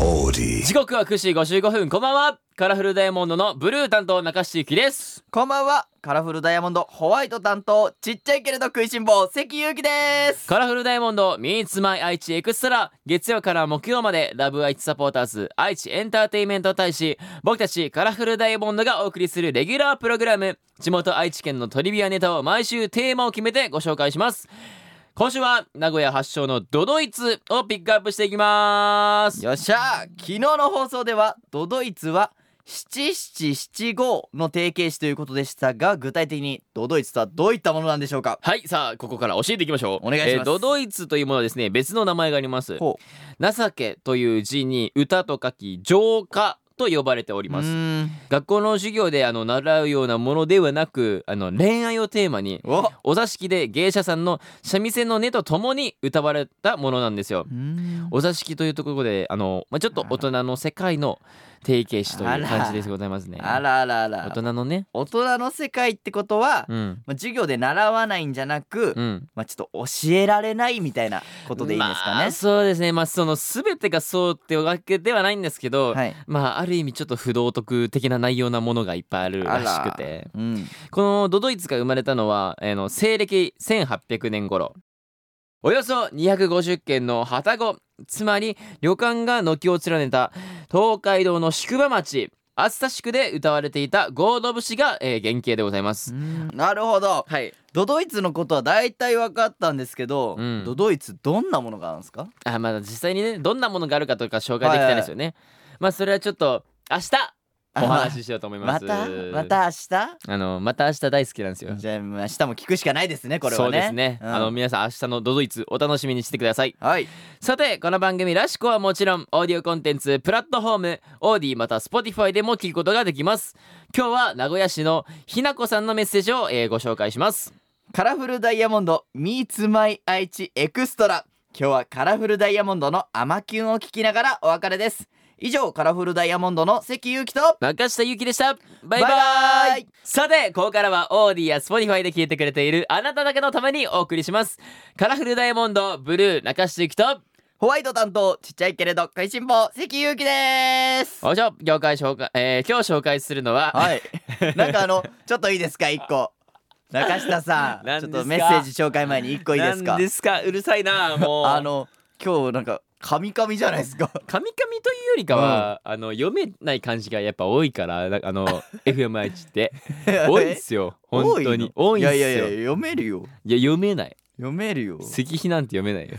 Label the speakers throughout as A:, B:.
A: オーディ
B: 時刻は9時55分こんばんはカラフルダイヤモンドのブルー担当中志ゆきです
C: こんばんはカラフルダイヤモンドホワイト担当ちっちゃいけれど食いしん坊関ゆうきです
B: カラフルダイヤモンド Meets My 愛知エクストラ月曜から木曜までラブ愛知サポーターズ愛知エンターテイメント大使僕たちカラフルダイヤモンドがお送りするレギュラープログラム地元愛知県のトリビアネタを毎週テーマを決めてご紹介します今週は名古屋発祥のドドイツをピックアップしていきます
C: よっしゃ昨日の放送ではドドイツは七七七五の提携詞ということでしたが具体的にドドイツとはどういったものなんでしょうか
B: はいさあここから教えていきましょう
C: お願いします
B: えードドイツというものはですね別の名前があります
C: ほ
B: 情けという字に歌と書き浄化と呼ばれており
C: う
B: ます
C: ーん
B: 学校の授業であの習うようなものではなくあの恋愛をテーマに
C: お
B: お座敷で芸者さんの三味線の音とともに歌われたものなんですよお座敷というところであの、まあ、ちょっと大人の世界の提携詞という感じでございますね
C: あらあらあら
B: 大人のね
C: 大人の世界ってことは、
B: うん
C: まあ、授業で習わないんじゃなく、
B: うん
C: まあ、ちょっと教えられないみたいなことでいいですか
B: ま
C: ね
B: あ、そうですねまあその全てがそうってわけではないんですけど、
C: はい
B: まあある意味ちょっと不道徳的な内容なものがいっぱいあるらしくて
C: うん、
B: このドドイツが生まれたのは、えーの西暦1800年頃およそ250軒の旅籠つまり旅館が軒を連ねた東海道の宿場町熱田宿で歌われていた合同節が、えー原型でございます。
C: なるほど
B: はい、
C: ドドイツのことは大体分かったんですけど、
B: うん
C: ドドイツどんなものがあるんですか
B: あまだ実際にねどんなものがあるかとか紹介できたんですよね。まあそれはちょっと明日お話ししようと思いま。
C: ますたまた明日
B: あのまた明日大好きなんですよ。
C: じゃあまあ明日も聞くしかないですねこれはね
B: そうですね、
C: うん
B: あの皆さん明日のドドイツお楽しみにしてください
C: はい
B: さてこの番組らしくはもちろんオーディオコンテンツプラットフォームオーディまた Spotify でも聞くことができます今日は名古屋市のひなこさんのメッセージを、えーご紹介します
C: カラフルダイヤモンド Meets My 愛知エクストラ今日はカラフルダイヤモンドのアマキュンを聞きながらお別れです以上カラフルダイヤモンドの関ゆうきと
B: 中下ゆきでしたバイバ
C: バイバ
B: イ
C: イ
B: さてここからはオーディや Spotify で聞いてくれているあなただけのためにお送りしますカラフルダイヤモンドブルー中下ゆきと
C: ホワイト担当ちっちゃいけれど食いしん坊関ゆうきです
B: おいしょ今日紹介、えー今日紹介するのは、
C: はいなんかあのちょっといいですか一個中下さん
B: 何
C: ちょ
B: です
C: っと
B: か
C: メッセージ紹介前に一個いいですか
B: 何ですかうるさいなもう
C: あの今日なんかカミカミじゃないですか
B: カミカミというよりかは、あの読めない漢字がやっぱ多いからなあ の FMI 値って多いんですよ本当に多いんですよ
C: い
B: い
C: や
B: や
C: いやいや読めるよ
B: 読めない
C: 読めるよ
B: 石碑なんて読めないよ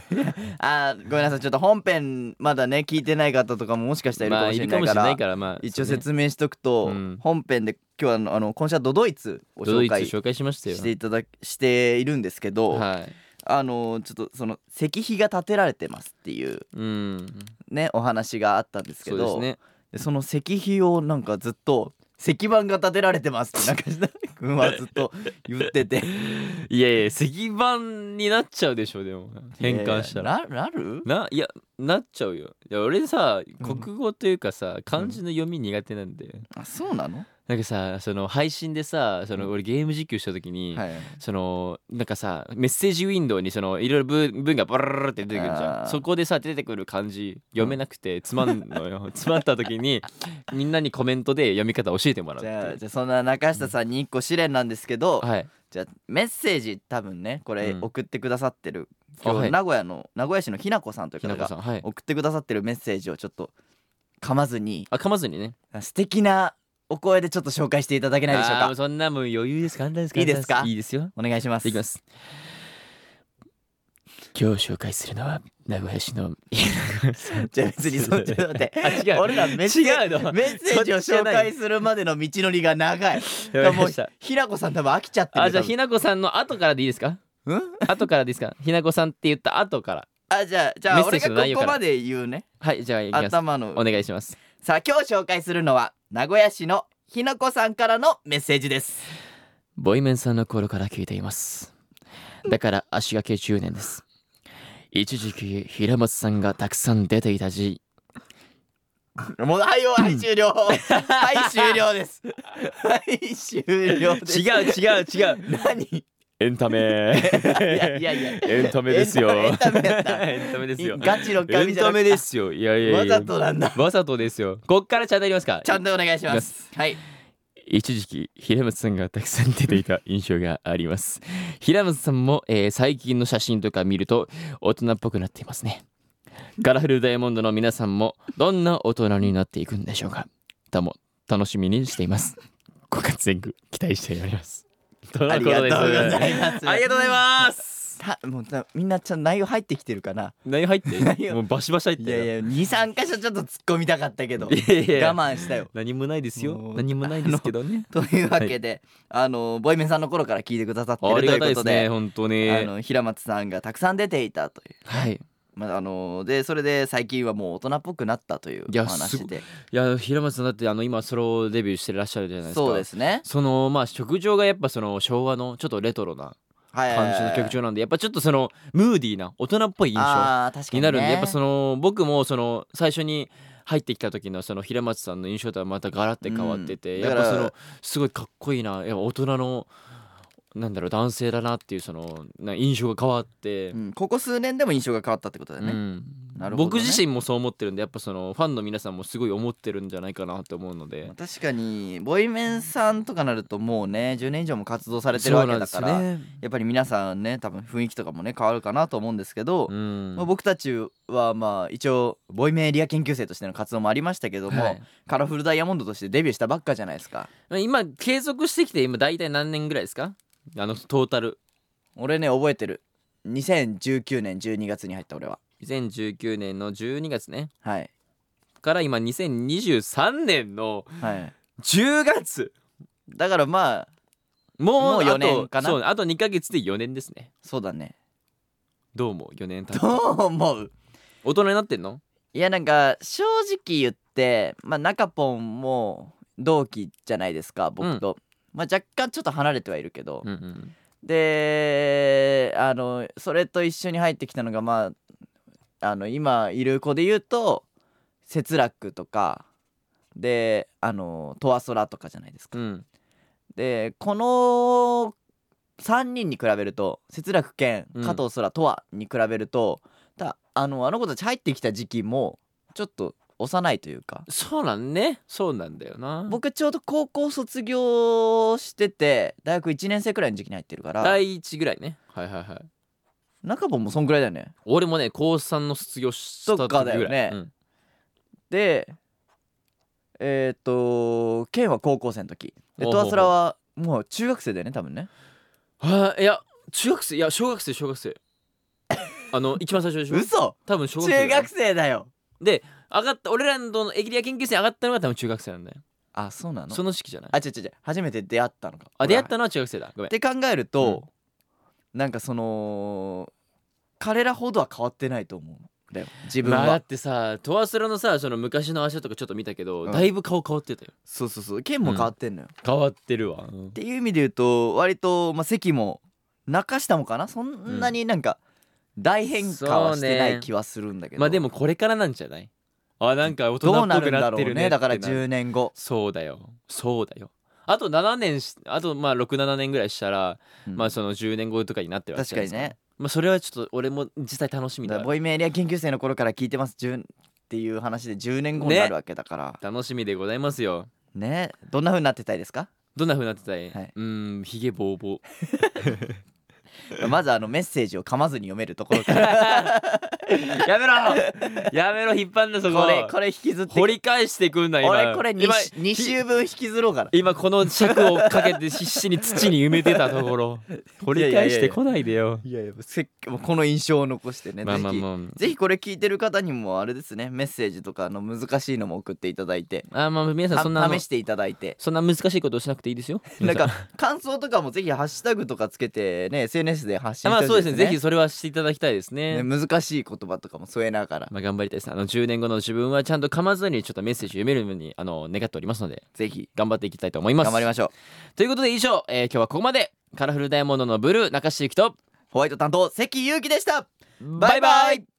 C: あーごめんなさいちょっと本編まだね聞いてない方とかももしかしたらいるか
B: ま
C: も
B: あい
C: しれ
B: るか
C: ない
B: もし
C: か
B: れ
C: ら,、
B: ないからまあ
C: 一応
B: そうね
C: 説明しとくと、
B: うん
C: 本編で今日はあのあの今週はドドイツを
B: ド
C: 紹
B: イツ
C: 介
B: 紹介しましたよ
C: していただきしているんですけど、
B: はい
C: あのちょっとその石碑が建てられてますっていう
B: うん
C: ねお話があったんですけ
B: そうです
C: ど
B: ね
C: でその石碑をなんかずっと石板が建てられてますって中下君はずっと言ってて
B: いやいや石板になっちゃうでしょでも 変換したら
C: いやいやななる
B: ないやなっちゃうよいや俺さ
C: うん
B: 国語というかさ、漢字の読み苦手なんで、
C: あそうなの、
B: なんかさその配信でさその俺ゲーム実況した時に、
C: はい、
B: そのなんかさメッセージウィンドウにそのいろいろ文文がバラララって出てくるじゃ
C: あ
B: ん
C: ー
B: そこでさ出てくる漢字読めなくてつまんのよ つまった時にみんなにコメントで読み方教えてもらう
C: じ
B: っ
C: ゃあ
B: て
C: じゃあそんな中下さんに一個試練なんですけど、
B: はい
C: じゃあメッセージ多分ねこれ
B: うん
C: 送ってくださってる、
B: あ
C: 今
B: は
C: 日
B: い
C: 名古屋の名古屋市のひなこさんという
B: ひ
C: 方
B: なこ
C: が
B: さんはい
C: 送ってくださってるメッセージをちょっと噛まずに
B: あかまずにね
C: 素敵なお声でちょっと紹介していただけないでし
B: あ
C: ょう
B: ーも
C: か
B: うそんなもう余裕です簡単です
C: いいですか
B: 簡単いいですよ
C: お願いします
B: いきます今日紹介するのは名古屋市の
C: じゃあ別にそっちだって
B: あ違う
C: 俺らメッセ
B: 違うの
C: メッセージを紹介するまでの道のりが長い
B: やばいま
C: もう
B: した
C: ひなこさん多分飽きちゃってる
B: あじゃあ
C: 多分
B: ひなこさんの後からでいいですか
C: うん
B: 後からでいいですかひなこさんって言った後から
C: あじゃあじゃ
B: メッ
C: あ
B: セー
C: 俺
B: ジの内
C: が
B: 容
C: こ
B: か
C: こ
B: ら
C: まで言うね
B: はいじゃあいきます
C: 頭の
B: お願いします
C: さあ今日紹介するのは名古屋市のひなこさんからのメッセージです
B: ボイメンさんの頃から聞いています。だから足掛け10年です。一時期、平松さんがたくさん出ていた時、
C: もうはいよはい終 了はい終了ですはい終了です
B: 違う違う違う。
C: 何
B: エンタメ
C: いやいやいや
B: エンタメですよ
C: エンタメやった
B: エンタメですよ
C: ガチの
B: エ
C: 神
B: ン
C: じゃ
B: タ
C: な
B: メ
C: くて
B: ですよいやいやいや
C: わざとなんだ
B: わざとですよこっからちゃんとやりますか
C: ちゃんとお願いしますはい
B: 一時期平松さんがたくさん出ていた印象があります平松さんも、えー最近の写真とか見ると大人っぽくなっていますねカラフルダイヤモンドの皆さんもどんな大人になっていくんでしょうかとも楽しみにしていますご活躍期待しておりますとの
C: あり
B: こ
C: がと
B: と
C: うご
B: です
C: ざいます
B: ありがとうございます
C: たもうたみんなちゃんと内容入ってきてるかな
B: 何入っ
C: 何
B: て
C: を
B: もうバシバシ入って
C: い
B: る
C: やいや23箇所ちょっと突っ込みたかったけど
B: いやいや
C: 我慢し たよ
B: 何もないですよ
C: もう
B: 何もないですけどね
C: というわけで、あのボイメンさんの頃から聞いてくださって
B: あ
C: る
B: り
C: とい
B: が
C: う
B: たいで
C: こと
B: す
C: で
B: ね本当
C: あ
B: に
C: の平松さんがたくさん出ていたという、
B: はい
C: まあ、あのでそれで最近はもう大人っぽくなったという
B: いや
C: お話で
B: いや平松さんだってあの今ソロデビューしてらっしゃるじゃないですか
C: そうですね
B: そのまあ曲調がやっぱその昭和のちょっとレトロな
C: はいはい
B: 感じの曲調なんでやっぱちょっとそのムーディーな大人っぽい印象
C: あー確か
B: に
C: に,、
B: なるんでやっぱそ
C: の
B: の僕もその最初に入ってきた時のその平松さんの印象とはまたガラッて変わってて
C: うん
B: や
C: だ
B: っ
C: から
B: ぱそのすごいかっこいいなやっぱ大人のなんだろう男性だなっていうそのな印象が変わって
C: う。ん、ここ数年でも印象が変わったってことだよね、
B: うん
C: なるほどね
B: 僕自身もそう思ってるんでやっぱそのファンの皆さんもすごい思ってるんじゃないかなと思うので
C: 確かにボイメンさんとかなるともうね10年以上も活動さ
B: さ
C: れてるわけだから、
B: ね
C: やっぱり皆さんね多分雰囲気とかもね変わるかなと思うんですけど、
B: うん
C: まあ、僕たちはまあ一応ボイメンエリア研究生としての活動もありましたけども、
B: はい
C: カラフルダイヤモンドとしてデビューしたばっかじゃないですか
B: 今継続してきて今大体何年ぐらいですかあのトータル
C: 俺ね覚えてる2019年12月に入った俺は
B: 2019年の12月ね
C: はい
B: から今2023年の
C: はい
B: 10月
C: だからまあ
B: も
C: も
B: う
C: う
B: あと
C: 4年かな
B: そうあと2ヶ月で4年ですね
C: そうだね
B: どうも4年経っ
C: ど
B: た
C: う思う
B: 大人になってんの
C: いやなんか正直言ってまあ中ポンも同期じゃないですか僕と、まあ若干ちょっと離れてはいるけど、
B: うんうん
C: であのそれと一緒に入ってきたのがまああの今いる子で言うと節楽とかであの「とわそら」とかじゃないですか。
B: うん
C: でこの3人に比べると節楽兼
B: うん
C: 加藤空とはに比べると、たあのあの子たち入ってきた時期もちょっと幼いというか
B: そうなんねそうなんだよな
C: 僕ちょうど高校卒業してて大学1年生くらいの時期に入ってるから
B: 第1ぐらいねはいはいはい
C: 中本もそんくらいだよね
B: 俺もね高3の卒業した時ぐらい
C: そっかだよね
B: うん
C: でえーっ、とケンは高校生の時で
B: ほう
C: ト
B: ほう
C: ワスラはもう中学生だよね多分ね
B: はいいや中学生いや小学生小学生あ の一番最初でしょ
C: 嘘
B: 多分小学生だ
C: 中
B: よ
C: 学生だよ
B: 上がった俺らのエキリア研究生上がったのが多分中学生なんだよ
C: あそうなの
B: その時期じゃない
C: あ違う違う違う初めて出会ったのか
B: あ出会ったのは中学生だごめ
C: っ
B: ん
C: て考えると、なんかその彼らほどは変わってないと思うんだよ自分
B: ま
C: は、
B: あだってさトワスラのさその昔の足跡とかちょっと見たけど、
C: うん
B: だいぶ顔変わってたよ
C: そうそうそう剣も変わってんのよ、っ
B: 変わってるわ、
C: ていう意味で言うと割と、まあ、関も中下もかなそんなになんか大変化はしてな
B: そうね
C: い気はするんだけど、
B: まあでもこれからなんじゃないあなんか大人
C: どう
B: っ
C: な
B: ぽ
C: る
B: く
C: んだ
B: なっ
C: ろ
B: て
C: う
B: るね
C: ねだから
B: ってな
C: 10年後、
B: そうだよそうだよあと7年しあとまあ67年ぐらいしたら、
C: うん
B: まあその10年後とかになってるわけ
C: 確
B: じゃな
C: か
B: いですか
C: にね
B: まあそれはちょっと俺も実際楽しみ
C: だか
B: だ
C: ら
B: わ
C: ボイメンエリア研究生の頃から聞いてます10っていう話で10年後に
B: ね
C: なるわけだから
B: 楽しみでございますよ
C: ねどんな風になってたいで すか
B: どんな風になってたい、
C: はいう
B: ーんひげぼうぼう
C: まずあのメッセージを噛まずに読めるところから
B: やめろやめろ引っ張ん なそこ
C: これこれ引きずって
B: 掘り返してくんな今
C: 俺これ 2,
B: 今
C: 週分引きずろうから
B: 今この尺をかけて必死に土に埋めてたとこ ろ掘り返してこないでよ
C: いやいやせっかもうこの印象を残してね、
B: まあまあ
C: ぜひ、
B: ま
C: ぜひこれ聞いてる方にもあれですねメッセージとかあの難しいのも送っていただいて
B: ああーまあ皆さん
C: た
B: そんなあの
C: 試していただいて
B: そんな難しいことをし なくていいですよ皆
C: なん
B: さ
C: か感想とかもぜひハッシュタグとかつけてね SNS で発信し
B: まあ
C: て
B: そう
C: ほ
B: で
C: しい
B: すねぜひそれはしていただきたいですね
C: ね難しい言葉とかも添えながら
B: まあ頑張りたいですあの10年後の自分はちゃんと噛まずにちょっとメッセージを読めるようにあの願っておりますので
C: ぜひ
B: 頑張っていきたいと思います
C: 頑張りましょう
B: ということで以上、えー今日はここまでカラフルダイヤモンドのブルー中志ゆきと
C: ホワイト担当関ゆうきでした
B: バイバイ